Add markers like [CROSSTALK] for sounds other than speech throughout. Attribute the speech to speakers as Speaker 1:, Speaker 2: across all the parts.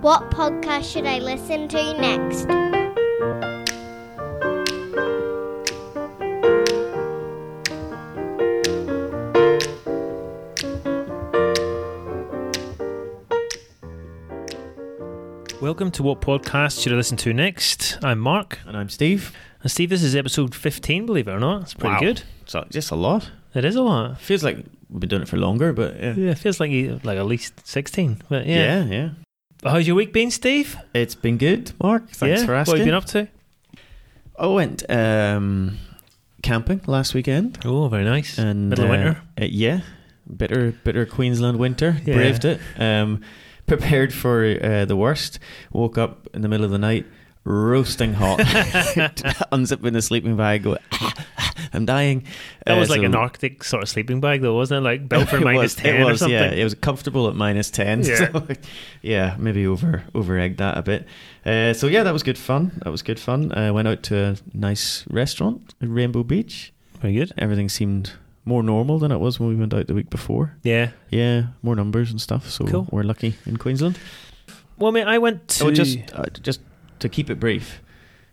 Speaker 1: What podcast should I listen to next?
Speaker 2: Welcome to What Podcast Should I Listen to Next? I'm Mark.
Speaker 3: And I'm Steve.
Speaker 2: And Steve, this is episode 15, believe it or not. It's pretty
Speaker 3: Wow.
Speaker 2: good.
Speaker 3: So just a lot.
Speaker 2: It is a lot.
Speaker 3: Feels like we've been doing it for longer, but yeah.
Speaker 2: Yeah, it feels like you, like at least 16. But yeah.
Speaker 3: yeah, yeah.
Speaker 2: How's your week been, Steve?
Speaker 3: It's been good, Mark. Thanks
Speaker 2: yeah.
Speaker 3: for
Speaker 2: What
Speaker 3: asking.
Speaker 2: have you been up to?
Speaker 3: I went um, camping last weekend.
Speaker 2: Oh, very nice.
Speaker 3: And
Speaker 2: Middle of
Speaker 3: uh,
Speaker 2: winter.
Speaker 3: uh, yeah, bitter, bitter Queensland winter.
Speaker 2: Yeah.
Speaker 3: Braved it. Um, [LAUGHS] prepared for uh, the worst. Woke up in the middle of the night, roasting
Speaker 2: [LAUGHS]
Speaker 3: hot. [LAUGHS]
Speaker 2: uh,
Speaker 3: Unzipping the sleeping bag. Go, [LAUGHS] "Ah, I'm dying.
Speaker 2: That
Speaker 3: [LAUGHS]
Speaker 2: was
Speaker 3: Uh,
Speaker 2: like
Speaker 3: so-
Speaker 2: an Arctic sort of sleeping bag, though, wasn't it? Like built for
Speaker 3: [LAUGHS] It
Speaker 2: minus
Speaker 3: was-
Speaker 2: 10
Speaker 3: it was,
Speaker 2: or something.
Speaker 3: Yeah, it was comfortable at minus ten. [LAUGHS]
Speaker 2: Yeah.
Speaker 3: so, yeah maybe over over egged that a bit. Uh, so yeah, that was good fun. That was good fun. I went out to a nice restaurant at Rainbow Beach.
Speaker 2: Very good.
Speaker 3: Everything seemed more normal than it was when we went out the week before.
Speaker 2: Yeah.
Speaker 3: Yeah, more numbers and stuff. So
Speaker 2: Cool.
Speaker 3: we're lucky in Queensland.
Speaker 2: Well, mate, I went to.
Speaker 3: So just uh, just to keep it brief.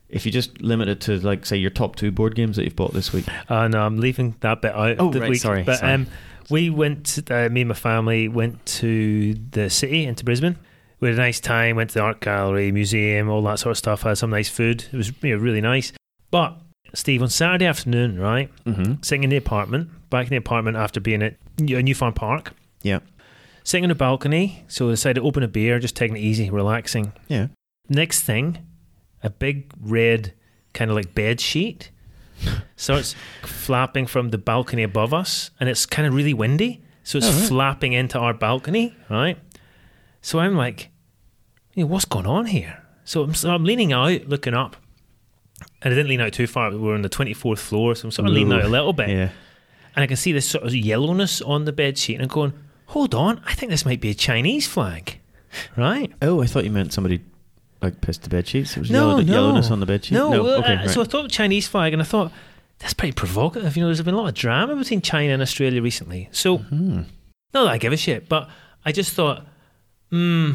Speaker 3: If you just limit it to like say your top two board games that you've bought this week,
Speaker 2: Uh, no, I'm leaving that bit out.
Speaker 3: Oh,
Speaker 2: of the
Speaker 3: right,
Speaker 2: week.
Speaker 3: sorry,
Speaker 2: But
Speaker 3: sorry.
Speaker 2: Um, we went, uh, me and my family went to the city, into Brisbane. We had a nice time, went to the art gallery, museum, all that sort of stuff, had some nice food. It was you know, really nice. But, Steve, on Saturday afternoon, right,
Speaker 3: mm-hmm.
Speaker 2: sitting in the apartment, back in the apartment after being at New- New Farm Park,
Speaker 3: yeah,
Speaker 2: sitting on the balcony, so I decided to open a beer, just taking it easy, relaxing.
Speaker 3: yeah,
Speaker 2: Next thing, a big red kind of like bed sheet starts flapping from the balcony above us, and it's kind of really windy, so it's
Speaker 3: Oh, right.
Speaker 2: flapping into our balcony, right? So I'm like, you know, what's going on here? So I'm, so I'm leaning out, looking up, and I didn't lean out too far. We were on the 24th floor, so I'm sort of leaning out a little bit,
Speaker 3: yeah.
Speaker 2: and I can see this sort of yellowness on the bed sheet, and I'm going, hold on, I think this might be a Chinese flag, right?
Speaker 3: Oh, I thought you meant somebody like pissed the bed sheets. It was yellow, yellowness on the bed sheet.
Speaker 2: No, well,
Speaker 3: okay,
Speaker 2: uh,
Speaker 3: right.
Speaker 2: so I thought Chinese flag, and I thought that's pretty provocative. You know, there's been a lot of drama between China and Australia recently. So,
Speaker 3: Mm-hmm.
Speaker 2: not that I give a shit, but I just thought, hmm,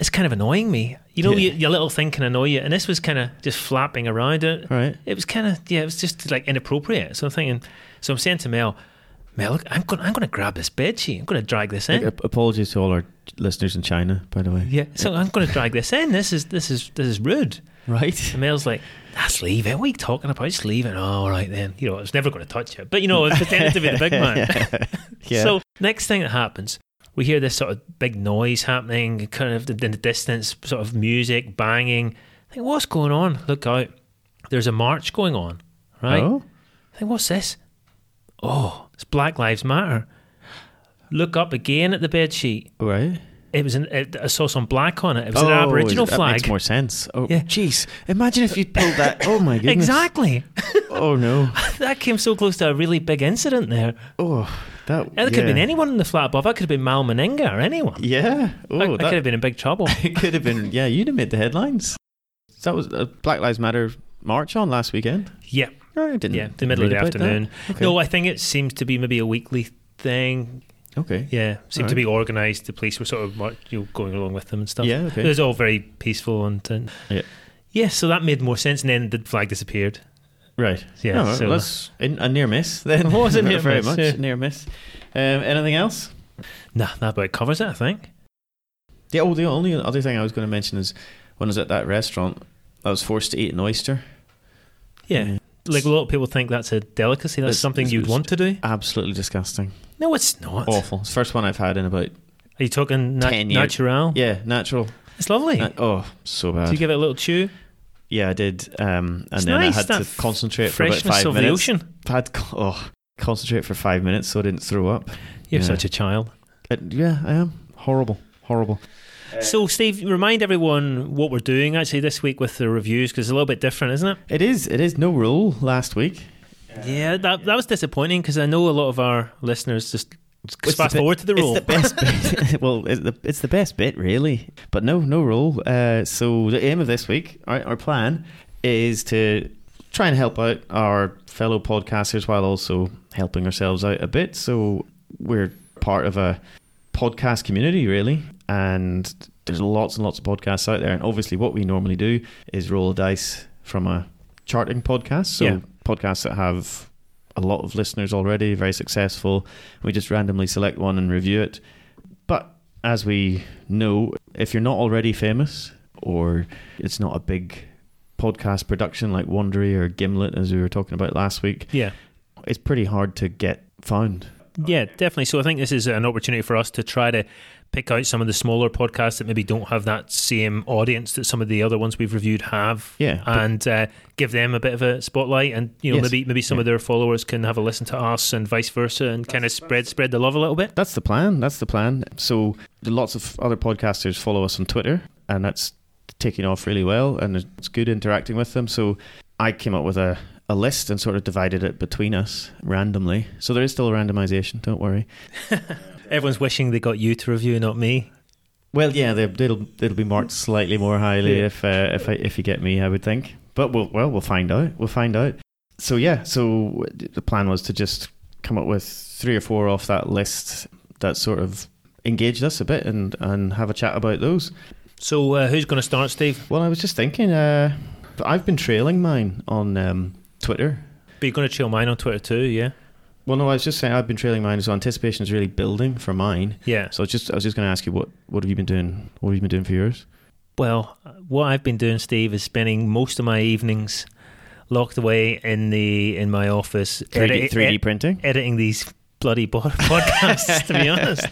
Speaker 2: it's kind of annoying me. You know,
Speaker 3: Yeah.
Speaker 2: your, your little thing can annoy you, and this was kind of just flapping around. It,
Speaker 3: All right.
Speaker 2: it was kind of yeah, it was just like inappropriate. So I'm thinking, so I'm saying to Mel, Mel, look, I'm going, I'm going to grab this bed sheet. I'm going to drag this in.
Speaker 3: Like, ap- apologies to all our listeners in China, by the way.
Speaker 2: yeah, so I'm going to drag this in. This is this is this is rude.
Speaker 3: Right.
Speaker 2: And Mel's like, that's leave it. What are you talking about? Just leave it. Oh, all right then. You know, I was never going to touch it. But, you know, I pretended to be the big man.
Speaker 3: [LAUGHS] [LAUGHS] Yeah.
Speaker 2: [LAUGHS] So, next thing that happens, we hear this sort of big noise happening, kind of in the distance, sort of music banging. I think, what's going on? Look out. There's a march going on, right?
Speaker 3: Oh.
Speaker 2: I think, what's this? Oh, it's Black Lives Matter. Look up again at the bedsheet.
Speaker 3: All Right.
Speaker 2: It was an, it, I saw some black on it. It was an
Speaker 3: Oh,
Speaker 2: Aboriginal
Speaker 3: that
Speaker 2: flag.
Speaker 3: makes more sense. Oh,
Speaker 2: Yeah.
Speaker 3: jeez. Imagine if you pulled that. Oh my goodness.
Speaker 2: exactly.
Speaker 3: [LAUGHS] Oh
Speaker 2: [LAUGHS]
Speaker 3: no.
Speaker 2: that came so close to a really big incident there.
Speaker 3: Oh, that.
Speaker 2: It could have been
Speaker 3: yeah.
Speaker 2: anyone in the flat above. That could have been Mal Meninga or anyone.
Speaker 3: Yeah.
Speaker 2: I,
Speaker 3: Oh,
Speaker 2: could
Speaker 3: that
Speaker 2: have been in big trouble.
Speaker 3: [LAUGHS] it could have been. Yeah, you'd have made the headlines. That was a Black Lives Matter march on last weekend.
Speaker 2: yeah,
Speaker 3: Oh, I didn't.
Speaker 2: yeah, the
Speaker 3: didn't
Speaker 2: middle of the
Speaker 3: read about that.
Speaker 2: afternoon.
Speaker 3: Okay.
Speaker 2: No, I think it seems to be maybe a weekly thing.
Speaker 3: Okay.
Speaker 2: Yeah, seemed
Speaker 3: All
Speaker 2: to be organised. The police were sort of mar- you know, going along with them and stuff.
Speaker 3: Yeah, okay.
Speaker 2: It was all very peaceful and, and
Speaker 3: Yeah.
Speaker 2: yeah, so that made more sense. And then the flag disappeared.
Speaker 3: Right.
Speaker 2: Yeah,
Speaker 3: No,
Speaker 2: so-
Speaker 3: Oh, that's in, a near miss then.
Speaker 2: What was a
Speaker 3: [LAUGHS] Not
Speaker 2: near
Speaker 3: very
Speaker 2: miss,
Speaker 3: much
Speaker 2: yeah.
Speaker 3: near miss. Um, anything else?
Speaker 2: Nah, that about covers it. I think.
Speaker 3: Yeah. Oh, the only other thing I was going to mention is when I was at that restaurant, I was forced to eat an oyster.
Speaker 2: Yeah. Like a lot of people think that's a delicacy. That's
Speaker 3: It's-
Speaker 2: something
Speaker 3: it's-
Speaker 2: you'd
Speaker 3: it's
Speaker 2: want to do.
Speaker 3: Absolutely disgusting.
Speaker 2: No, it's not.
Speaker 3: Awful. It's the first one I've had in about
Speaker 2: Are you talking nat-
Speaker 3: Oh. Ten years.
Speaker 2: natural?
Speaker 3: yeah, natural.
Speaker 2: It's lovely.
Speaker 3: Na- oh, so
Speaker 2: Do you
Speaker 3: bad.
Speaker 2: give it a little chew?
Speaker 3: Yeah, I did. Um, and
Speaker 2: It's
Speaker 3: then
Speaker 2: nice,
Speaker 3: I had
Speaker 2: that
Speaker 3: to concentrate for about
Speaker 2: Freshness
Speaker 3: five
Speaker 2: of
Speaker 3: minutes.
Speaker 2: the ocean.
Speaker 3: Had co- oh, concentrate for five minutes so I didn't throw up.
Speaker 2: You're
Speaker 3: Yeah.
Speaker 2: such a child.
Speaker 3: It- yeah, I am horrible. Horrible.
Speaker 2: So, Steve, remind everyone what we're doing actually this week with the reviews because it's a little bit different, isn't it?
Speaker 3: It is. It is no rule last week.
Speaker 2: Yeah, that, that was disappointing because I know a lot of our listeners just
Speaker 3: It's
Speaker 2: fast
Speaker 3: bit-
Speaker 2: forward to the rule.
Speaker 3: It's the best
Speaker 2: [LAUGHS]
Speaker 3: bit. [LAUGHS] well, it's the, it's the best bit, really. But no, no rule. Uh, so the aim of this week, our, our plan, is to try and help out our fellow podcasters while also helping ourselves out a bit. So we're part of a podcast community, really. and there's lots and lots of podcasts out there. And obviously, what we normally do is roll a dice from a charting podcast. So
Speaker 2: Yeah.
Speaker 3: podcasts that have a lot of listeners already, very successful. We just randomly select one and review it. But as we know, if you're not already famous or it's not a big podcast production like Wandery or Gimlet, as we were talking about last week,
Speaker 2: Yeah.
Speaker 3: it's pretty hard to get found.
Speaker 2: Yeah, definitely. So I think this is an opportunity for us to try to pick out some of the smaller podcasts that maybe don't have that same audience that some of the other ones we've reviewed have.
Speaker 3: Yeah, but-
Speaker 2: and uh, give them a bit of a spotlight, and you know
Speaker 3: Yes.
Speaker 2: maybe maybe some of their followers can have a listen to us and vice versa, and kind of spread spread the love a little bit.
Speaker 3: That's the plan. That's the plan. So lots of other podcasters follow us on Twitter, and that's taking off really well, and it's good interacting with them. So I came up with a, a list and sort of divided it between us randomly. So there is still randomization. Don't worry.
Speaker 2: Everyone's wishing they got you to review, not me.
Speaker 3: Well, yeah, they- it'll it'll be marked slightly more highly
Speaker 2: Yeah.
Speaker 3: if uh, if I, if you get me, I would think. But we'll well we'll find out. We'll find out. So yeah, so the plan was to just come up with three or four off that list that sort of engaged us a bit and and have a chat about those.
Speaker 2: So uh, who's going to start, Steve?
Speaker 3: Well, I was just thinking, uh, I've been trailing mine on um, Twitter.
Speaker 2: But you're going to chill mine on Twitter too, yeah?
Speaker 3: Well, no, I was just saying I've been trailing mine, so anticipation is really building for mine.
Speaker 2: Yeah.
Speaker 3: So I was just I was just going to ask you what what have you been doing? What have you been doing for yours?
Speaker 2: Well, what I've been doing, Steve, is spending most of my evenings locked away in the in my office,
Speaker 3: 3D,
Speaker 2: edit-
Speaker 3: 3D
Speaker 2: ed-
Speaker 3: printing.
Speaker 2: editing these bloody bo- [LAUGHS] podcasts. to be
Speaker 3: [LAUGHS]
Speaker 2: honest,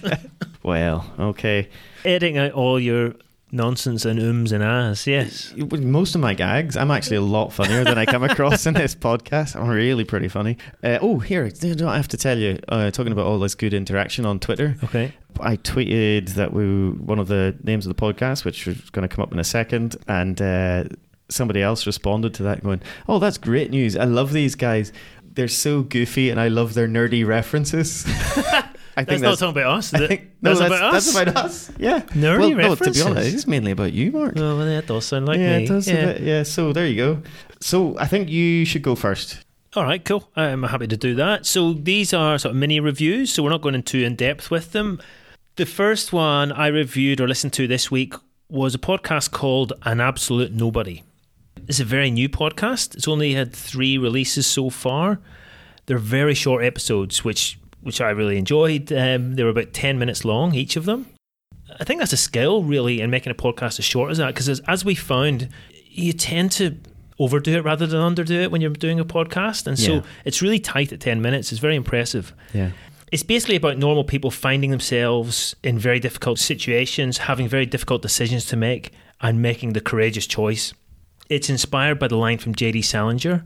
Speaker 3: Well, okay.
Speaker 2: editing out all your nonsense and ums and ahs. Yes,
Speaker 3: With Most of my gags, I'm actually a lot funnier than I come across in this podcast. I'm really pretty funny. Uh, oh, here, do- do I have to tell you, uh, talking about all this good interaction on Twitter,
Speaker 2: okay.
Speaker 3: I tweeted that we one of the names of the podcast, which is going to come up in a second, and uh, somebody else responded to that, going, "Oh, that's great news! I love these guys. They're so goofy, and I love their nerdy references." [LAUGHS] [LAUGHS] I
Speaker 2: That's,
Speaker 3: think
Speaker 2: not
Speaker 3: that's.
Speaker 2: talking about us.
Speaker 3: I
Speaker 2: Th-
Speaker 3: think,
Speaker 2: that's,
Speaker 3: no,
Speaker 2: about us.
Speaker 3: That's about us. Yeah.
Speaker 2: Nerdy
Speaker 3: well, No, to be honest,
Speaker 2: references.
Speaker 3: it's mainly about you, Mark.
Speaker 2: Oh, well, that does sound like
Speaker 3: yeah,
Speaker 2: me.
Speaker 3: it does. Yeah. yeah. So there you go. So I think you should go first.
Speaker 2: All right, cool. I'm happy to do that. So these are sort of mini reviews, so we're not going into in depth with them. The first one I reviewed or listened to this week was a podcast called An Absolute Nobody. It's a very new podcast. It's only had three releases so far. They're very short episodes, which which I really enjoyed. Um, they were about ten minutes long each of them. I think that's a skill really in making a podcast as short as that because as, as we found, you tend to overdo it rather than underdo it when you're doing a podcast, and so
Speaker 3: Yeah.
Speaker 2: it's really tight at ten minutes. It's very impressive
Speaker 3: Yeah.
Speaker 2: it's basically about normal people finding themselves in very difficult situations, having very difficult decisions to make, and making the courageous choice. It's inspired by the line from J.D. Salinger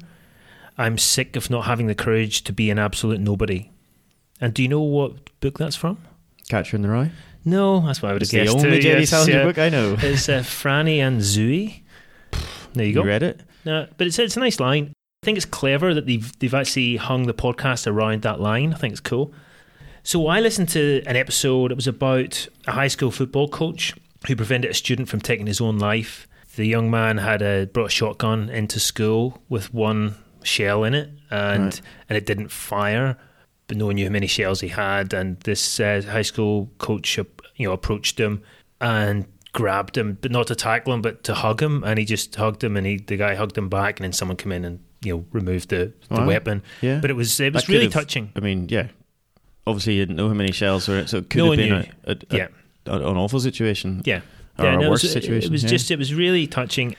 Speaker 2: I'm sick of not having the courage to be an absolute nobody. And do you know what book that's from?
Speaker 3: Catcher in the Rye.
Speaker 2: No, that's what I would have
Speaker 3: It's the
Speaker 2: guessed.
Speaker 3: only
Speaker 2: too,
Speaker 3: J.D.
Speaker 2: yes,
Speaker 3: Salinger
Speaker 2: yeah.
Speaker 3: book I know.
Speaker 2: It's
Speaker 3: [LAUGHS]
Speaker 2: uh, Franny and Zooey. There you go.
Speaker 3: You read it?
Speaker 2: No, but it's it's a nice line. I think it's clever that they've they've actually hung the podcast around that line. I think it's cool. So I listened to an episode. It was about a high school football coach who prevented a student from taking his own life. The young man had a brought a shotgun into school with one shell in it, and
Speaker 3: Right.
Speaker 2: and it didn't fire. But no one knew how many shells he had, and this uh, high school coach, uh, you know, approached him and grabbed him, but not to tackle him, but to hug him, and he just hugged him, and he the guy hugged him back, and then someone came in and you know removed the, the
Speaker 3: Wow.
Speaker 2: weapon.
Speaker 3: Yeah.
Speaker 2: But it was it
Speaker 3: That
Speaker 2: was
Speaker 3: could
Speaker 2: really
Speaker 3: have-
Speaker 2: touching.
Speaker 3: I mean, yeah. Obviously, you didn't know how many shells were in it, so it could
Speaker 2: No
Speaker 3: have
Speaker 2: one
Speaker 3: been
Speaker 2: knew.
Speaker 3: a, a, a-
Speaker 2: Yeah.
Speaker 3: a- an awful situation.
Speaker 2: Yeah.
Speaker 3: Or
Speaker 2: yeah,
Speaker 3: a
Speaker 2: no, it
Speaker 3: worse
Speaker 2: was,
Speaker 3: situation.
Speaker 2: It was
Speaker 3: yeah.
Speaker 2: just, it was really touching.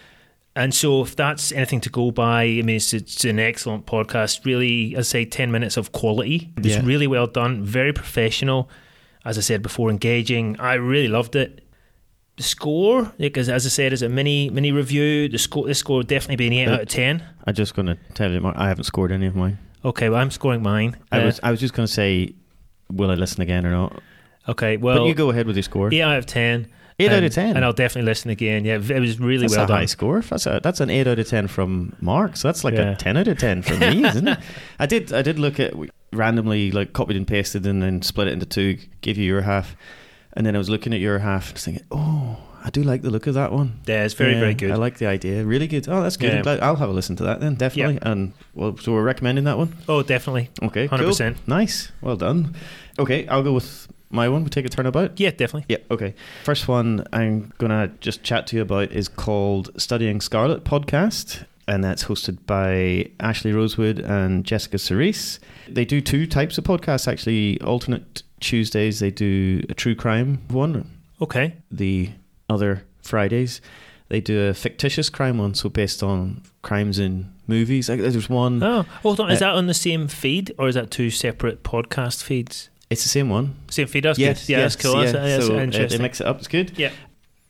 Speaker 2: And so, if that's anything to go by, I mean, it's, it's an excellent podcast. Really, as I say, 10 minutes of quality. It's
Speaker 3: Yeah.
Speaker 2: really well done, very professional. As I said before, engaging. I really loved it. The score, because as I said, is a mini mini review. The score, this score would definitely be an 8
Speaker 3: Uh,
Speaker 2: out of 10.
Speaker 3: I'm just going to tell you, Mark, I haven't scored any of mine.
Speaker 2: Okay, well, I'm scoring mine.
Speaker 3: I
Speaker 2: Uh,
Speaker 3: was I was just going to say, will I listen again or not?
Speaker 2: okay, well,
Speaker 3: but you go ahead with your score.
Speaker 2: 8 out of 10.
Speaker 3: Eight out
Speaker 2: And-
Speaker 3: of 10.
Speaker 2: And I'll definitely listen again. Yeah, it was really
Speaker 3: that's
Speaker 2: well
Speaker 3: a
Speaker 2: done.
Speaker 3: high score. That's a, that's an eight out of ten from Mark. So that's like
Speaker 2: Yeah.
Speaker 3: a ten out of ten
Speaker 2: [LAUGHS]
Speaker 3: for me, isn't it? I did I did look at randomly like copied and pasted and then split it into two. Gave you your half, and then I was looking at your half and thinking, oh, I do like the look of that one.
Speaker 2: Yeah, it's very,
Speaker 3: Yeah,
Speaker 2: very good.
Speaker 3: I like the idea. Really good. Oh, that's good.
Speaker 2: Yeah.
Speaker 3: I'm glad- I'll have a listen to that then, definitely. And well, so we're recommending that one.
Speaker 2: oh, definitely.
Speaker 3: Okay, cool.
Speaker 2: 100%.
Speaker 3: Nice. Well done. Okay, I'll go with my one? We take a turnabout?
Speaker 2: Yeah, definitely.
Speaker 3: Yeah, okay. First one I'm going to just chat to you about is called Studying Scarlet podcast, and that's hosted by Ashley Rosewood and Jessica Cerise. They do two types of podcasts, actually. Alternate Tuesdays, they do a true crime one,
Speaker 2: Okay.
Speaker 3: the other Fridays, they do a fictitious crime one, so based on crimes in movies. Like, There's one,
Speaker 2: Oh, hold on. Is
Speaker 3: Uh,
Speaker 2: that on the same feed or is that two separate podcast feeds?
Speaker 3: it's the same one.
Speaker 2: Same feed. That's good. Yeah, that's cool.
Speaker 3: yeah.
Speaker 2: That's, that's
Speaker 3: so uh,
Speaker 2: interesting.
Speaker 3: They mix it up. It's good.
Speaker 2: Yeah.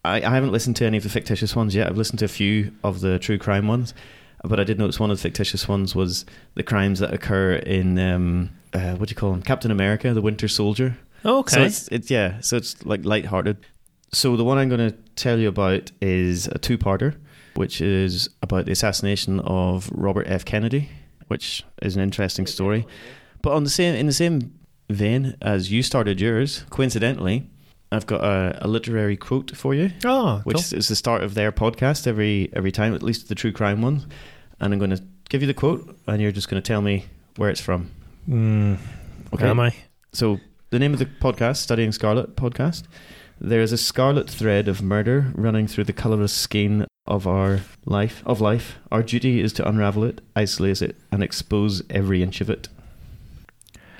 Speaker 3: I, I haven't listened to any of the fictitious ones yet. I've listened to a few of the true crime ones, but I did notice one of the fictitious ones was the crimes that occur in um, uh, what do you call them? Captain America, the Winter Soldier. So
Speaker 2: Oh, okay.
Speaker 3: it's, it's yeah. So it's like lighthearted. So the one I'm going to tell you about is a two-parter, which is about the assassination of Robert F. Kennedy, which is an interesting story. But on the same in the same vein as you started yours, coincidentally, I've got a, a literary quote for you,
Speaker 2: oh,
Speaker 3: which
Speaker 2: cool.
Speaker 3: is the start of their podcast every every time, at least the true crime one. And I'm going to give you the quote, and you're just going to tell me where it's from.
Speaker 2: Mm, Am I?
Speaker 3: So the name of the podcast, Studying Scarlet Podcast. There is a scarlet thread of murder running through the colourless skein of our life of life. Our duty is to unravel it, isolate it, and expose every inch of it.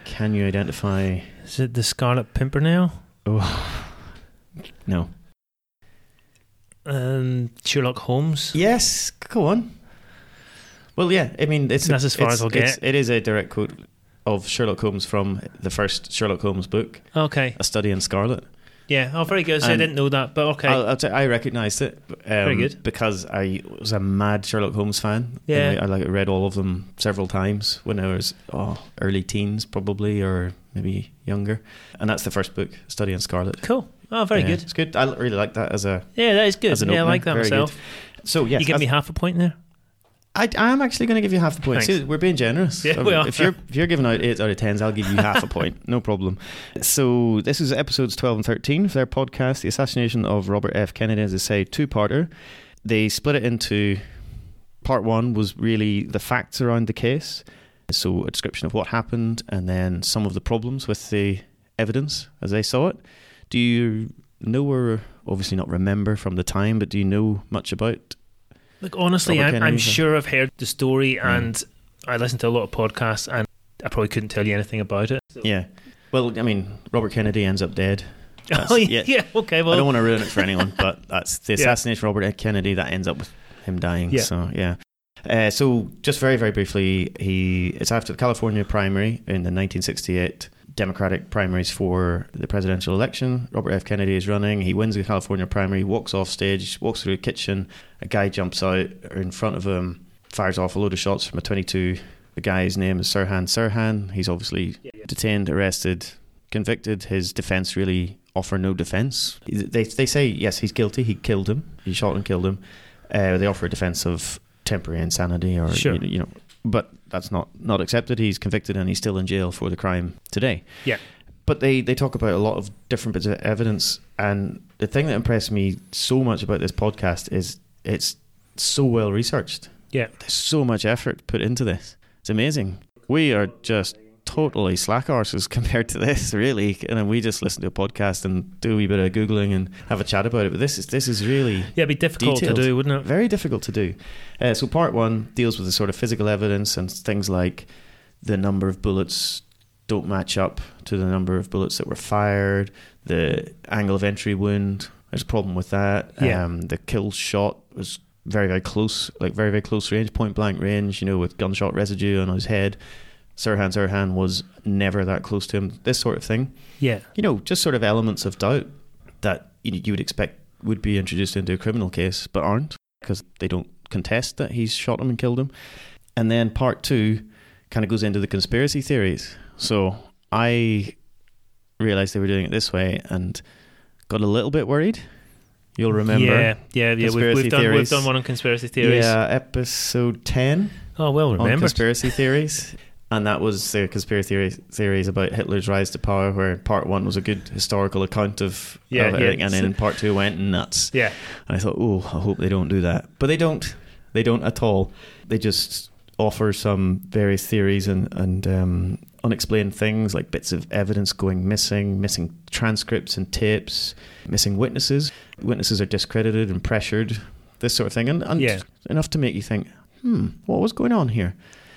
Speaker 3: Can you identify Oh,
Speaker 2: Is it the Scarlet Pimpernel?
Speaker 3: No.
Speaker 2: Um, Sherlock Holmes.
Speaker 3: Yes, go on. Well yeah, I mean it's
Speaker 2: That's as far
Speaker 3: it's-
Speaker 2: as I'll get.
Speaker 3: it's- It is a direct quote of Sherlock Holmes from the first Sherlock Holmes book,
Speaker 2: Okay.
Speaker 3: A Study in Scarlet.
Speaker 2: Yeah. Oh, very good. So I
Speaker 3: And-
Speaker 2: didn't know that, but okay.
Speaker 3: I'll, I'll t- I recognised it. Um,
Speaker 2: Very good.
Speaker 3: Because I was a mad Sherlock Holmes fan.
Speaker 2: Yeah.
Speaker 3: And I, I like read all of them several times when I was oh, early teens, probably, or maybe younger. And that's the first book, Study in Scarlet.
Speaker 2: cool. Oh, very
Speaker 3: Yeah,
Speaker 2: good.
Speaker 3: It's good. I l- really like that as a.
Speaker 2: Yeah, that is good.
Speaker 3: As an
Speaker 2: yeah, I
Speaker 3: opener,
Speaker 2: like that
Speaker 3: very
Speaker 2: myself.
Speaker 3: So yeah,
Speaker 2: you give me half a point there.
Speaker 3: I, I am actually going to give you half the point.
Speaker 2: Thanks.
Speaker 3: See, we're being generous.
Speaker 2: Yeah, we are.
Speaker 3: If you're if you're giving out eight out of tens, I'll give you half a point, no problem. So this is episodes twelve and thirteen of their podcast, "The Assassination of Robert F. Kennedy," as I say, two-parter. They split it into part one was really the facts around the case, so a description of what happened, and then some of the problems with the evidence as they saw it. Do you know or obviously not remember from the time, but do you know much about?
Speaker 2: Look, honestly,
Speaker 3: Robert
Speaker 2: I'm, I'm
Speaker 3: Kennedy's a-
Speaker 2: sure I've heard the story,
Speaker 3: Mm.
Speaker 2: and I listen to a lot of podcasts, and I probably couldn't tell you anything about it.
Speaker 3: Yeah. Well, I mean, Robert Kennedy ends up dead. That's-
Speaker 2: oh, yeah,
Speaker 3: yeah.
Speaker 2: yeah. Okay.
Speaker 3: I don't
Speaker 2: Well,
Speaker 3: want to ruin it for anyone,
Speaker 2: [LAUGHS]
Speaker 3: but that's the
Speaker 2: Yeah.
Speaker 3: assassination of Robert F. Kennedy that ends up with him dying.
Speaker 2: Yeah.
Speaker 3: So yeah. Uh, so just very very briefly, he it's after the California primary in the 1968 Democratic primaries for the presidential election. Robert F. Kennedy is running. He wins the California primary, walks off stage, walks through a kitchen. A guy jumps out in front of him, fires off a load of shots from a 22. The guy's name is Sirhan Sirhan. He's obviously detained, arrested, convicted. His defense really offer no defense. They they say yes, he's guilty. He killed him. He shot and killed him. Uh, they offer a defense of temporary insanity or
Speaker 2: Sure.
Speaker 3: you, know, you know, but that's not not accepted. He's convicted and he's still in jail for the crime today.
Speaker 2: Yeah.
Speaker 3: But they, they talk about a lot of different bits of evidence, and the thing that impressed me so much about this podcast is it's so well researched
Speaker 2: yeah.
Speaker 3: there's so much effort put into this. It's amazing. We are just totally slack arses [LAUGHS] compared to this, really. And then we just listen to a podcast and do a wee bit of googling and have a chat about it. But this is this is really
Speaker 2: Yeah, it'd be difficult
Speaker 3: Detailed.
Speaker 2: to do, wouldn't it?
Speaker 3: very difficult to do. Uh, so part one deals with the sort of physical evidence and things like the number of bullets don't match up to the number of bullets that were fired, the angle of entry wound. There's a problem with that.
Speaker 2: Yeah.
Speaker 3: Um, the kill shot was very very close, like very very close range, point blank range. You know, with gunshot residue on his head. Sirhan Sirhan was never that close to him. This sort of thing
Speaker 2: Yeah.
Speaker 3: you know, just sort of elements of doubt that you, you would expect would be introduced into a criminal case, but aren't because they don't contest that he's shot him and killed him. And then part two kind of goes into the conspiracy theories. So I realized they were doing it this way and got a little bit worried. You'll remember.
Speaker 2: Yeah, yeah, yeah. We've,
Speaker 3: Conspiracy
Speaker 2: we've done we've
Speaker 3: theories.
Speaker 2: done one on conspiracy theories.
Speaker 3: Yeah, episode 10
Speaker 2: Oh well,
Speaker 3: on
Speaker 2: remember.
Speaker 3: conspiracy theories. And that was the conspiracy theory, theories about Hitler's rise to power, where part one was a good historical account of,
Speaker 2: Yeah,
Speaker 3: of
Speaker 2: yeah.
Speaker 3: everything, and then part two went nuts.
Speaker 2: yeah.
Speaker 3: And I thought, oh, I hope they don't do that, but they don't. They don't at all. They just offer some various theories and and um, unexplained things like bits of evidence going missing, missing transcripts and tapes, missing witnesses. Witnesses are discredited and pressured, this sort of thing, and, and
Speaker 2: Yeah.
Speaker 3: enough to make you think, hmm, what was going on here?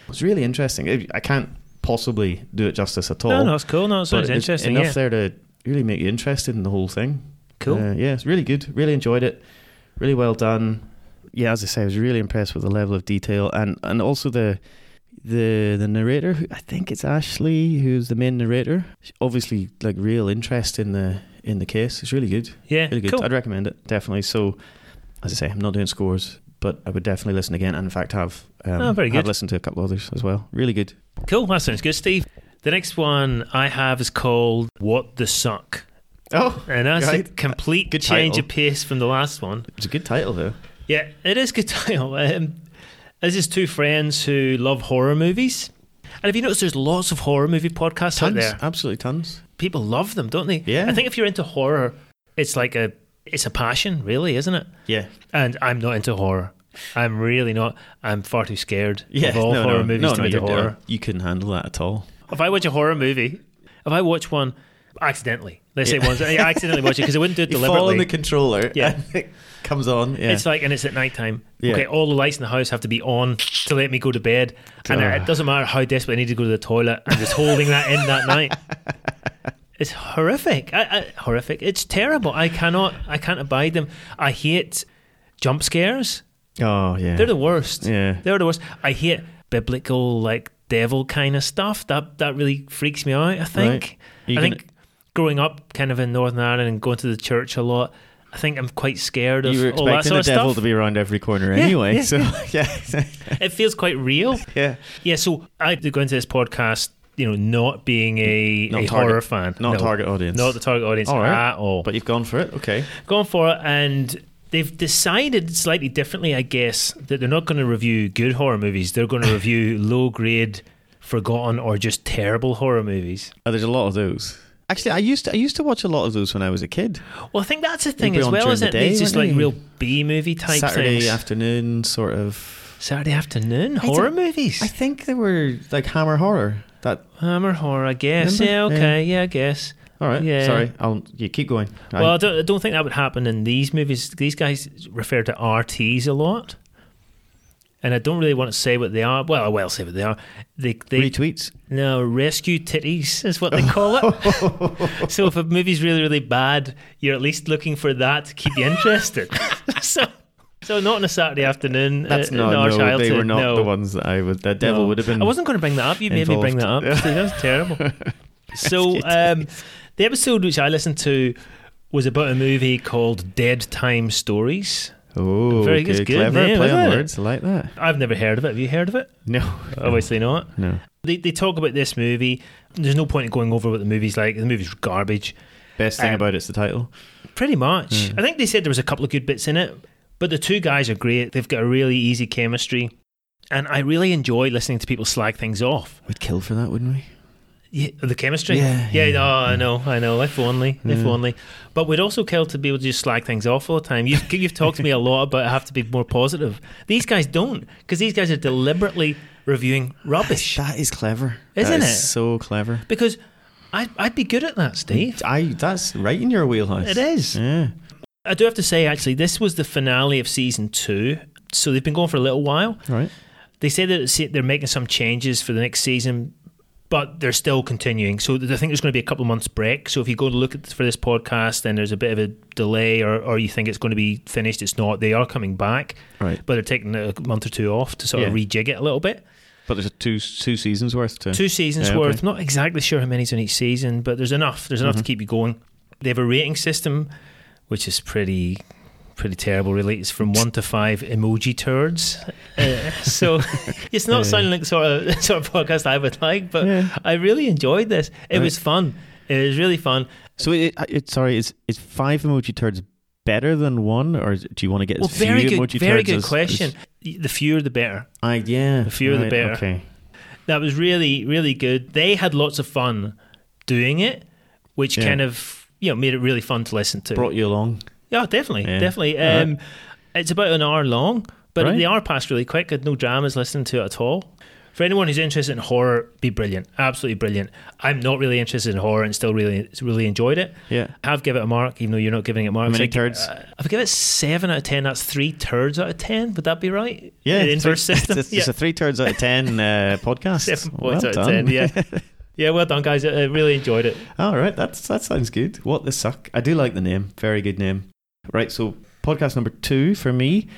Speaker 3: It's really interesting. I- I can't possibly do it justice at all.
Speaker 2: No, no, it's cool. No, it
Speaker 3: but
Speaker 2: sounds
Speaker 3: it's
Speaker 2: interesting.
Speaker 3: Enough
Speaker 2: Yeah,
Speaker 3: there to really make you interested in the whole thing.
Speaker 2: cool.
Speaker 3: Uh, yeah, it's really good. Really enjoyed it. Really well done. Yeah, as I say, I was really impressed with the level of detail and, and also the the the narrator. Who, I think it's Ashley who's the main narrator. She- obviously, like real interest in the in the case. It's really good.
Speaker 2: yeah,
Speaker 3: Really good.
Speaker 2: cool.
Speaker 3: I'd recommend it definitely. So, as I say, I'm not doing scores, but I would definitely listen again. And in fact, have um,
Speaker 2: Oh, very
Speaker 3: have
Speaker 2: good.
Speaker 3: listened to a couple others as well. Really good.
Speaker 2: Cool. That sounds good, Steve. The next one I have is called "What the Suck,"
Speaker 3: Oh,
Speaker 2: and that's a
Speaker 3: Right.
Speaker 2: complete
Speaker 3: Good
Speaker 2: change
Speaker 3: title.
Speaker 2: of pace from the last one.
Speaker 3: it's a good title though.
Speaker 2: Yeah, it is good [LAUGHS] title. Um, this is two friends who love horror movies, and if you notice, there's lots of horror movie podcasts out
Speaker 3: Tons,
Speaker 2: there.
Speaker 3: absolutely tons.
Speaker 2: People love them, don't they?
Speaker 3: Yeah.
Speaker 2: I think if you're into horror, it's like a it's a passion, really, isn't it?
Speaker 3: Yeah,
Speaker 2: And I'm not into horror. I'm really not. I'm far too scared of all
Speaker 3: no,
Speaker 2: horror
Speaker 3: no.
Speaker 2: movies
Speaker 3: no,
Speaker 2: to
Speaker 3: no,
Speaker 2: be into
Speaker 3: you're-
Speaker 2: horror.
Speaker 3: uh, You couldn't handle that at all.
Speaker 2: If I watch a horror movie, if I watch one accidentally, let's say
Speaker 3: Yeah.
Speaker 2: once, I accidentally watch it because I wouldn't
Speaker 3: [LAUGHS]
Speaker 2: do it deliberately.
Speaker 3: controller. [LAUGHS]
Speaker 2: Yeah.
Speaker 3: it comes on. Yeah,
Speaker 2: It's like, and it's at nighttime.
Speaker 3: Yeah.
Speaker 2: Okay, all the lights in the house have to be on to let me go to bed. And
Speaker 3: Ah.
Speaker 2: it doesn't matter how desperate I need to go to the toilet, I'm just holding that in that
Speaker 3: [LAUGHS]
Speaker 2: night. It's horrific. I, I, horrific. It's terrible. I cannot, I can't abide them. I hate jump scares.
Speaker 3: oh yeah.
Speaker 2: They're the worst.
Speaker 3: yeah.
Speaker 2: They're the worst. I hate biblical, like devil kind of stuff. That that really freaks me out. I think.
Speaker 3: You
Speaker 2: I
Speaker 3: can-
Speaker 2: think growing up, kind of in Northern Ireland and going to the church a lot, I think I'm quite scared of
Speaker 3: you were
Speaker 2: all that
Speaker 3: expecting
Speaker 2: sort
Speaker 3: the
Speaker 2: of
Speaker 3: devil
Speaker 2: stuff.
Speaker 3: to be around every corner anyway,
Speaker 2: yeah,
Speaker 3: so [LAUGHS] yeah,
Speaker 2: It feels quite real.
Speaker 3: yeah.
Speaker 2: Yeah. So I do go into this podcast, you know, not being a,
Speaker 3: Not
Speaker 2: a
Speaker 3: target-
Speaker 2: horror fan,
Speaker 3: Not
Speaker 2: No.
Speaker 3: target audience.
Speaker 2: not the target audience
Speaker 3: All right.
Speaker 2: at all.
Speaker 3: but you've gone for it. Okay.
Speaker 2: gone for it and they've decided slightly differently i guess that they're not going to review good horror movies they're
Speaker 3: [LAUGHS]
Speaker 2: going to review low grade forgotten or just terrible horror movies
Speaker 3: Oh, there's a lot of those. Actually, I used to, I used to watch a lot of those when I was a kid.
Speaker 2: well i think that's the thing
Speaker 3: be
Speaker 2: as
Speaker 3: on
Speaker 2: well
Speaker 3: during
Speaker 2: is
Speaker 3: the
Speaker 2: that
Speaker 3: day,
Speaker 2: these just
Speaker 3: wouldn't
Speaker 2: like
Speaker 3: they?
Speaker 2: real b movie type
Speaker 3: Saturday
Speaker 2: things
Speaker 3: afternoon, sort of.
Speaker 2: saturday afternoon
Speaker 3: don't-
Speaker 2: horror movies
Speaker 3: I think they were like Hammer Horror. That
Speaker 2: hammer horror i guess
Speaker 3: Remember?
Speaker 2: yeah okay yeah i guess
Speaker 3: all right?
Speaker 2: Yeah.
Speaker 3: Sorry, I'll you keep going. I-
Speaker 2: well I don't, I don't think that would happen in these movies these guys refer to rts a lot and i don't really want to say what they are well i will say what they are they, they uh,
Speaker 3: retweets.
Speaker 2: No, rescue titties is what they call it.
Speaker 3: [LAUGHS]
Speaker 2: so if a movie's really, really bad, you're at least looking for that to
Speaker 3: [LAUGHS]
Speaker 2: keep you interested. [LAUGHS] so, so not on a Saturday afternoon.
Speaker 3: That's
Speaker 2: uh,
Speaker 3: not.
Speaker 2: in our
Speaker 3: No,
Speaker 2: childhood.
Speaker 3: they were not
Speaker 2: no.
Speaker 3: the ones that I would. That devil
Speaker 2: No.
Speaker 3: would have been.
Speaker 2: I wasn't going to bring that up. You made me bring that up.
Speaker 3: involved.
Speaker 2: Steve. That was
Speaker 3: [LAUGHS]
Speaker 2: terrible. so um, the episode which I listened to was about a movie called Dead Time Stories.
Speaker 3: Oh,
Speaker 2: Very
Speaker 3: good,
Speaker 2: good, good
Speaker 3: clever
Speaker 2: name,
Speaker 3: play on
Speaker 2: isn't it?
Speaker 3: words. I like that.
Speaker 2: I've never heard of it. Have you heard of it?
Speaker 3: No,
Speaker 2: Obviously not.
Speaker 3: no.
Speaker 2: They, they talk about this movie. There's no point in going over what the movie's like. The movie's garbage.
Speaker 3: Best thing
Speaker 2: Um,
Speaker 3: about it's the title.
Speaker 2: Pretty much.
Speaker 3: Mm.
Speaker 2: I think they said there was a couple of good bits in it, but the two guys are great. They've got a really easy chemistry. And I really enjoy listening to people slag things off.
Speaker 3: We'd kill for that, wouldn't we?
Speaker 2: Yeah, the chemistry.
Speaker 3: Yeah,
Speaker 2: Yeah,
Speaker 3: yeah,
Speaker 2: oh, I know, I know. If only, if
Speaker 3: Yeah.
Speaker 2: only. But we'd also kill to be able to just slag things off all the time. You've, [LAUGHS] you've talked to me a lot about I have to be more positive. These guys don't, because these guys are deliberately reviewing rubbish.
Speaker 3: That is clever,
Speaker 2: Isn't
Speaker 3: That
Speaker 2: it?
Speaker 3: is So clever.
Speaker 2: Because I, I'd be good at that, Steve.
Speaker 3: I. That's right in your wheelhouse.
Speaker 2: It is.
Speaker 3: Yeah.
Speaker 2: I do have to say, actually, this was the finale of season two. So they've been going for a little while.
Speaker 3: Right.
Speaker 2: They say that it's, they're making some changes for the next season, but they're still continuing. So I think there's going to be a couple of months break. So if you go to look at for this podcast and there's a bit of a delay, or, or you think it's going to be finished, it's not. They are coming back,
Speaker 3: Right.
Speaker 2: but they're taking a month or two off to sort of
Speaker 3: Yeah.
Speaker 2: rejig it a little bit.
Speaker 3: But there's two two seasons worth to.
Speaker 2: Two seasons
Speaker 3: Yeah, okay. Mm-hmm.
Speaker 2: worth. Not exactly sure how many's in each season, but there's enough. There's enough to keep you going. They have a rating system, which is pretty, pretty terrible. Really, it's from one to five emoji turds. Uh, [LAUGHS] so it's not sounding like the sort of [LAUGHS] sort of podcast I would like, but
Speaker 3: Yeah.
Speaker 2: I really enjoyed this. It
Speaker 3: Right.
Speaker 2: was fun. It was really fun.
Speaker 3: So it, it, sorry, is is five emoji turds better than one, or is, do you want to get
Speaker 2: Well,
Speaker 3: as few
Speaker 2: very good,
Speaker 3: emoji
Speaker 2: very
Speaker 3: turds
Speaker 2: good
Speaker 3: as-
Speaker 2: question.
Speaker 3: As,
Speaker 2: The fewer, the better.
Speaker 3: I yeah.
Speaker 2: The fewer the
Speaker 3: right,
Speaker 2: better.
Speaker 3: Okay.
Speaker 2: that was really really good they had lots of fun doing it which
Speaker 3: Yeah.
Speaker 2: kind of you know made it really fun to listen to
Speaker 3: Brought you along.
Speaker 2: yeah definitely
Speaker 3: Yeah.
Speaker 2: definitely
Speaker 3: Alright.
Speaker 2: um, it's about an hour long But
Speaker 3: Right.
Speaker 2: they are passed really quick. Had no dramas listening to it at all. For anyone who's interested in horror, be brilliant. Absolutely brilliant. I'm not really interested in horror and still really really enjoyed it.
Speaker 3: Yeah.
Speaker 2: I have give it a mark, even though you're not giving it marks.
Speaker 3: many
Speaker 2: I gi-
Speaker 3: turds?
Speaker 2: uh, I've given it seven out of ten. That's three turds out of ten. Would that be right?
Speaker 3: Yeah,
Speaker 2: The inverse
Speaker 3: three- [LAUGHS]
Speaker 2: system.
Speaker 3: It's, it's
Speaker 2: yeah.
Speaker 3: a three turns out of ten uh, podcast.
Speaker 2: Seven
Speaker 3: Well
Speaker 2: points out of
Speaker 3: done.
Speaker 2: ten.
Speaker 3: [LAUGHS]
Speaker 2: Yeah. yeah. Well done, guys. I, I really enjoyed it.
Speaker 3: All right, that's that sounds good. What the suck? I do like the name. Very good name. Right, so podcast number two for me,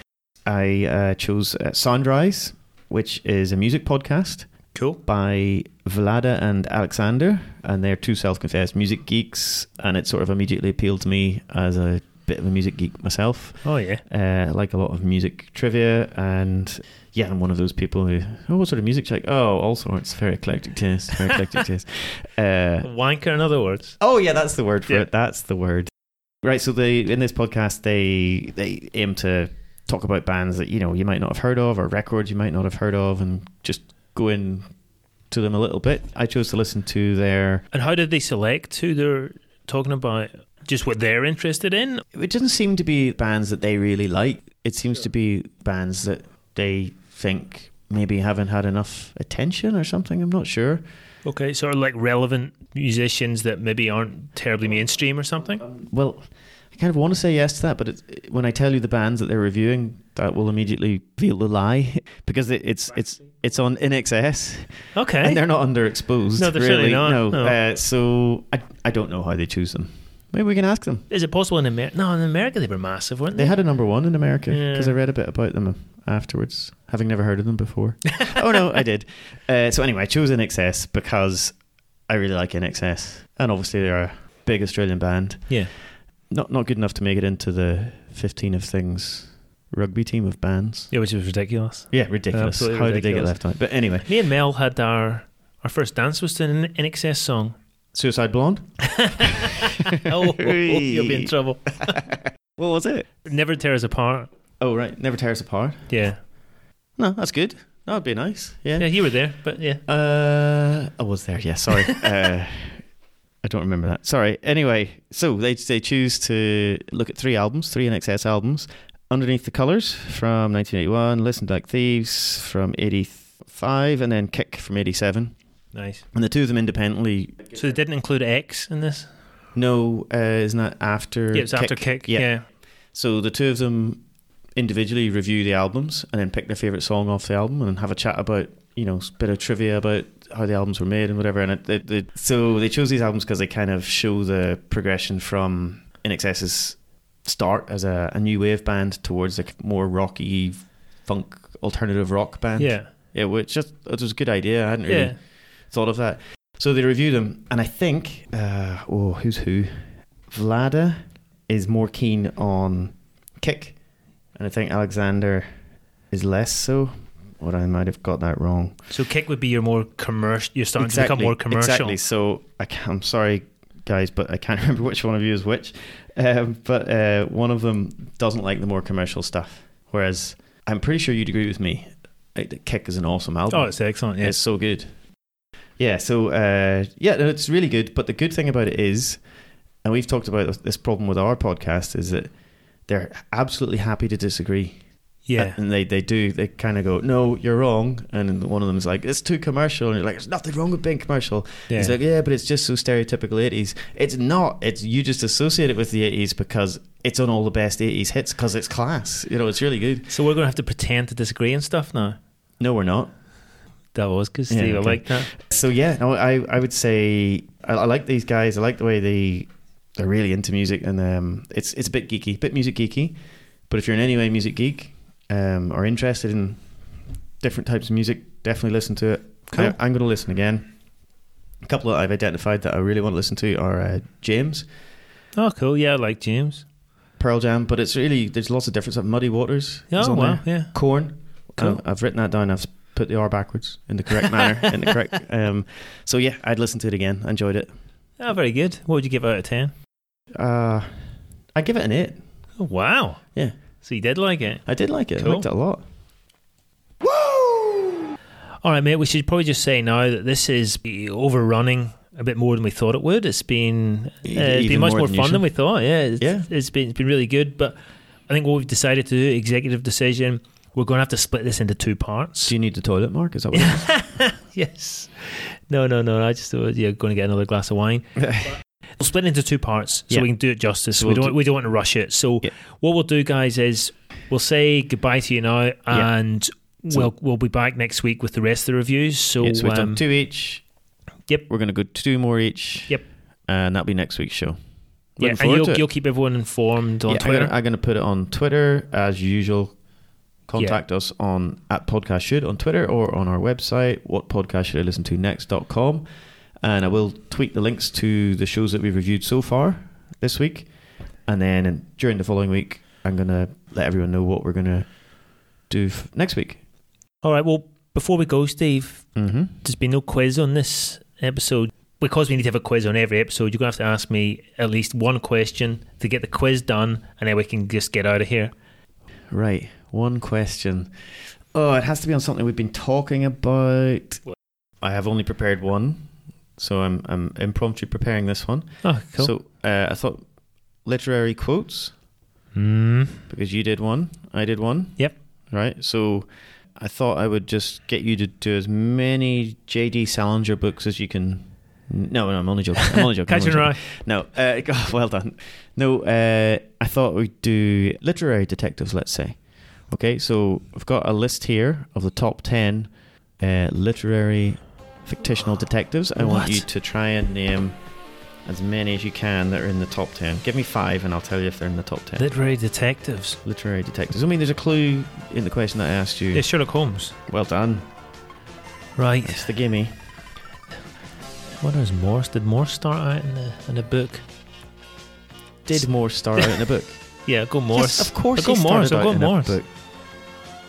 Speaker 3: I uh, chose uh, Sunrise, which is a music podcast
Speaker 2: Cool.
Speaker 3: by Vlada and Alexander, and they're two self-confessed music geeks, and it sort of immediately appealed to me as a bit of a music geek myself.
Speaker 2: Oh yeah.
Speaker 3: Uh, I like a lot of music trivia, and yeah, I'm one of those people who oh, what sort of music? Like oh, all sorts. Very eclectic taste. Very eclectic taste. Uh,
Speaker 2: Wanker, in other words.
Speaker 3: Oh yeah, that's the word for
Speaker 2: Yeah.
Speaker 3: it. That's the word. Right. So they in this podcast they they aim to talk about bands that you know you might not have heard of or records you might not have heard of, and just go in to them a little bit. I chose to listen to their.
Speaker 2: And how did they select who they're talking about? Just what they're interested in,
Speaker 3: It doesn't seem to be bands that they really like. It seems to be bands that they think maybe haven't had enough attention or something. I'm not sure.
Speaker 2: Okay, sort of like relevant musicians that maybe aren't terribly mainstream or something.
Speaker 3: Well, I kind of want to say yes to that, but it's, when I tell you the bands that they're reviewing, that will immediately reveal the lie [LAUGHS] because it, it's it's it's on NXS and
Speaker 2: Okay,
Speaker 3: they're not underexposed.
Speaker 2: Eh? No, they're
Speaker 3: really.
Speaker 2: certainly not,
Speaker 3: No,
Speaker 2: no.
Speaker 3: Uh, so I I don't know how they choose them. Maybe we can ask them.
Speaker 2: is it possible in America? No, in America they were massive, weren't
Speaker 3: They
Speaker 2: they?
Speaker 3: had a number one in America because
Speaker 2: Yeah.
Speaker 3: I read a bit about them afterwards, having never heard of them before. [LAUGHS] oh no, I did. Uh, so anyway, I chose NXS because I really like NXS, and obviously they're a big Australian band.
Speaker 2: [LAUGHS] Yeah,
Speaker 3: not not good enough to make it into the 15 of things rugby team of bands.
Speaker 2: yeah, which was ridiculous.
Speaker 3: Yeah, ridiculous.
Speaker 2: Absolutely
Speaker 3: How did they get
Speaker 2: ridiculous.
Speaker 3: left out? But anyway,
Speaker 2: Me and Mel had our our first dance was to an NXS song. [LAUGHS]
Speaker 3: Suicide Blonde.
Speaker 2: oh, [LAUGHS] you'll be in trouble.
Speaker 3: What was it?
Speaker 2: Never tear us apart.
Speaker 3: Oh right, Never Tear Us Apart.
Speaker 2: Yeah,
Speaker 3: No, that's good. That would be nice.
Speaker 2: yeah,
Speaker 3: Yeah.
Speaker 2: you were there, but yeah,
Speaker 3: Uh, I was there.
Speaker 2: [LAUGHS]
Speaker 3: Yeah, sorry. uh, I don't remember that. Sorry. Anyway, so they they choose to look at three albums, three NXS albums. Underneath the Colors from 1981, Listen Like Thieves from 85, and then Kick from 87.
Speaker 2: nice.
Speaker 3: And the two of them independently
Speaker 2: So they didn't include X in this.
Speaker 3: No, uh, isn't that after?
Speaker 2: Yeah, it was after Kick. Yeah.
Speaker 3: So the two of them individually review the albums and then pick their favorite song off the album and have a chat about you know a bit of trivia about how the albums were made and whatever. And it, it, it, so they chose these albums because they kind of show the progression from InXS's start as a, a new wave band towards a more rocky funk alternative rock band.
Speaker 2: yeah,
Speaker 3: yeah, which just it was a good idea. I hadn't really
Speaker 2: yeah.
Speaker 3: thought of that. So they reviewed them, and I think, uh, oh, who's who? Vlada is more keen on kick, and I think Alexander is less so. Or I might have got that wrong.
Speaker 2: So Kick would be your more commercial. You're starting to become more commercial.
Speaker 3: Exactly. So I can, I'm sorry, guys, but I can't [LAUGHS] remember which one of you is which. Um, but uh, one of them doesn't like the more commercial stuff, whereas I'm pretty sure you'd agree with me. Like, that Kick is an awesome album.
Speaker 2: Oh, it's excellent. Yeah.
Speaker 3: It's so good. Yeah, so uh, yeah, no, it's really good. But the good thing about it is, and we've talked about this problem with our podcast, is that they're absolutely happy to disagree.
Speaker 2: yeah.
Speaker 3: And they, they do, they kind of go, no, you're wrong. And then one of them's like, it's too commercial. And you're like, there's nothing wrong with being commercial.
Speaker 2: yeah.
Speaker 3: He's like, yeah, but it's just so stereotypical 80s. It's not. It's You just associate it with the 80s because it's on all the best 80s hits because it's class. You know, it's really good.
Speaker 2: So we're going to have to pretend to disagree and stuff now.
Speaker 3: No, we're not.
Speaker 2: That was good,
Speaker 3: Yeah,
Speaker 2: Steve. I
Speaker 3: okay.
Speaker 2: like that.
Speaker 3: So yeah, no, I, I would say I, I like these guys. I like the way they they're really into music, and um, it's it's a bit geeky, bit music geeky. But if you're in any way music geek um, or interested in different types of music, definitely listen to it.
Speaker 2: Cool.
Speaker 3: I, I'm going to listen again. A couple that I've identified that I really want to listen to are uh, James
Speaker 2: Oh, cool. Yeah, I like James.
Speaker 3: Pearl Jam, but it's really there's lots of different stuff. Muddy Waters,
Speaker 2: Yeah,
Speaker 3: is
Speaker 2: oh,
Speaker 3: on
Speaker 2: wow.
Speaker 3: there.
Speaker 2: Yeah.
Speaker 3: Corn.
Speaker 2: Cool.
Speaker 3: I've written that down. I've put the R backwards in the correct manner. in
Speaker 2: [LAUGHS]
Speaker 3: the correct. Um, so yeah, I'd listen to it again. I enjoyed it.
Speaker 2: Oh, very good. What would you give out of 10?
Speaker 3: Uh, I give it an eight.
Speaker 2: Oh, wow.
Speaker 3: Yeah,
Speaker 2: So you did like it.
Speaker 3: I did like it.
Speaker 2: Cool.
Speaker 3: I liked it a lot.
Speaker 2: All right, mate. We should probably just say now that this is overrunning a bit more than we thought it would. It's been uh,
Speaker 3: Even-
Speaker 2: it's been
Speaker 3: E- even
Speaker 2: much
Speaker 3: more
Speaker 2: more,
Speaker 3: than you
Speaker 2: fun than
Speaker 3: should.
Speaker 2: we thought. Yeah, it's,
Speaker 3: Yeah.
Speaker 2: it's been it's been really good. But I think what we've decided to do, executive decision, We're going to have to split this into two parts.
Speaker 3: Do you need the toilet, Mark?
Speaker 2: [LAUGHS]
Speaker 3: Is [LAUGHS] that what it is?
Speaker 2: yes. No, no, no. I just thought you're going to get another glass of wine. We'll split it into two parts so
Speaker 3: Yeah.
Speaker 2: we can do it justice.
Speaker 3: So
Speaker 2: we
Speaker 3: we'll
Speaker 2: don't
Speaker 3: do-
Speaker 2: we don't want to rush it. So
Speaker 3: Yeah.
Speaker 2: what we'll do, guys, is we'll say goodbye to you now,
Speaker 3: Yeah.
Speaker 2: and
Speaker 3: So-
Speaker 2: we'll we'll be back next week with the rest of the reviews. So,
Speaker 3: yeah, so
Speaker 2: um,
Speaker 3: we've done two each.
Speaker 2: yep.
Speaker 3: We're going to go two more each.
Speaker 2: Yep.
Speaker 3: And that'll be next week's show.
Speaker 2: yeah,
Speaker 3: Looking
Speaker 2: and
Speaker 3: forward to
Speaker 2: you'll
Speaker 3: it.
Speaker 2: you'll keep everyone informed on
Speaker 3: Yeah, I'm
Speaker 2: Twitter.
Speaker 3: gonna- I'm going to put it on Twitter as usual. Contact us on at podcast should on Twitter or on our website, what podcast should I listen to next.com. And I will tweet the links to the shows that we've reviewed so far this week. And then in- during the following week, I'm going to let everyone know what we're going to do f- next week.
Speaker 2: All right. Well, before we go, Steve,
Speaker 3: Mm-hmm.
Speaker 2: there's been no quiz on this episode. Because we need to have a quiz on every episode, you're going to have to ask me at least one question to get the quiz done, and then we can just get out of here.
Speaker 3: Right. One question. Oh, it has to be on something we've been talking about. I have only prepared one, so I'm I'm impromptu preparing this one.
Speaker 2: Oh, cool.
Speaker 3: So uh, I thought literary quotes
Speaker 2: [LAUGHS] Hmm.
Speaker 3: because you did one, I did one.
Speaker 2: Yep.
Speaker 3: Right. So I thought I would just get you to do as many J.D. Salinger books as you can. No, no, I'm only joking. I'm only joking. I'm
Speaker 2: Catch
Speaker 3: only
Speaker 2: your
Speaker 3: joking.
Speaker 2: eye.
Speaker 3: No, uh, [LAUGHS] God, well done. No, uh, I thought we'd do literary detectives, let's say. Okay, so I've got a list here of the top 10 uh, literary fictional detectives. I want
Speaker 2: What?
Speaker 3: you to try and name as many as you can that are in the top 10. Give me five and I'll tell you if they're in the top 10.
Speaker 2: Literary detectives.
Speaker 3: literary detectives. I mean, there's a clue in the question that I asked you.
Speaker 2: Yeah, Sherlock Holmes.
Speaker 3: Well done.
Speaker 2: Right.
Speaker 3: It's the gimme.
Speaker 2: What is Morse? Did Morse start out in the in the book?
Speaker 3: Did Moore start out in a book?
Speaker 2: Yeah, go
Speaker 3: [LAUGHS] Yes,
Speaker 2: Morse.
Speaker 3: of course
Speaker 2: I'll go
Speaker 3: he
Speaker 2: Morse,
Speaker 3: started out
Speaker 2: I'll go
Speaker 3: in
Speaker 2: Morse.
Speaker 3: a book.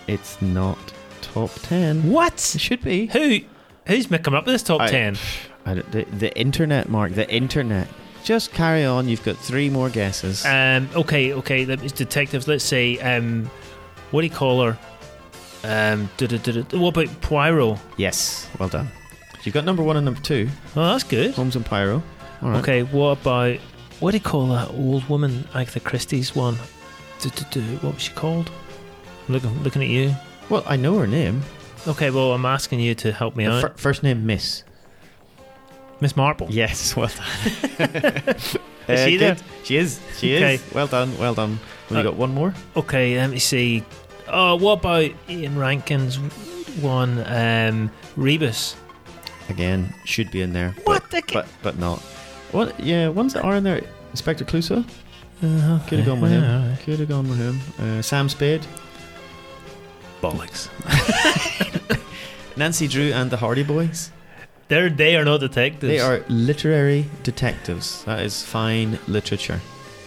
Speaker 3: It's not top 10.
Speaker 2: What?
Speaker 3: It should be.
Speaker 2: Who? Who's ma- coming up with this top
Speaker 3: I-
Speaker 2: ten?
Speaker 3: I don't- the, the internet, Mark. The internet. Just carry on. You've got three more guesses.
Speaker 2: Um. Okay. Okay. Let me, detectives. Let's say. Um. What do you call her? Um. duh, duh, duh, duh, What about Poirot?
Speaker 3: yes. Well done. You've got number one and number two.
Speaker 2: Oh, that's good.
Speaker 3: Holmes and Pyro. All right.
Speaker 2: Okay. What about? What do you call that old woman Agatha Christie's one? Duh, duh, duh, What was she called? I'm looking looking at you.
Speaker 3: Well, I know her name.
Speaker 2: Okay. Well, I'm asking you to help me
Speaker 3: The
Speaker 2: out.
Speaker 3: fir- first name, Miss.
Speaker 2: Miss Marple.
Speaker 3: Yes. Well [LAUGHS] done.
Speaker 2: Is she there?
Speaker 3: Uh, good. She is. She is.
Speaker 2: Okay.
Speaker 3: Well done. Well done. Have
Speaker 2: Uh,
Speaker 3: you got one more?
Speaker 2: Okay, let me see. Oh, what about Ian Rankin's one? Um, Rebus.
Speaker 3: Again, should be in there.
Speaker 2: What the?
Speaker 3: But, but, but not. What? Yeah, ones that are in there. Inspector Clouseau.
Speaker 2: Uh-huh.
Speaker 3: Could have gone with him. Could have gone with him. Uh, Sam Spade.
Speaker 2: Bollocks.
Speaker 3: [LAUGHS] Nancy Drew and the Hardy Boys.
Speaker 2: They're they are not detectives.
Speaker 3: They are literary detectives. That is fine literature.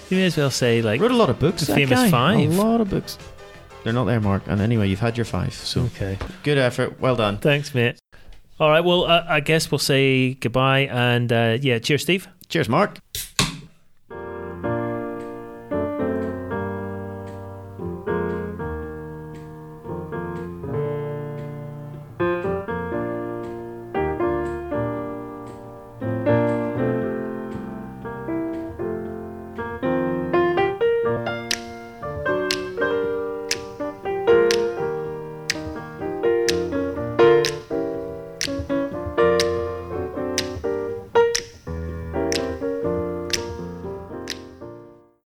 Speaker 2: You may as well say like.
Speaker 3: Wrote a lot of books.
Speaker 2: The
Speaker 3: that
Speaker 2: famous
Speaker 3: guy.
Speaker 2: five.
Speaker 3: A lot of books. They're not there, Mark. And anyway, you've had your five. So
Speaker 2: Okay.
Speaker 3: good effort. Well done.
Speaker 2: Thanks, mate. All right. Well, uh, I guess we'll say goodbye and uh, yeah. Cheers, Steve.
Speaker 3: Cheers, Mark.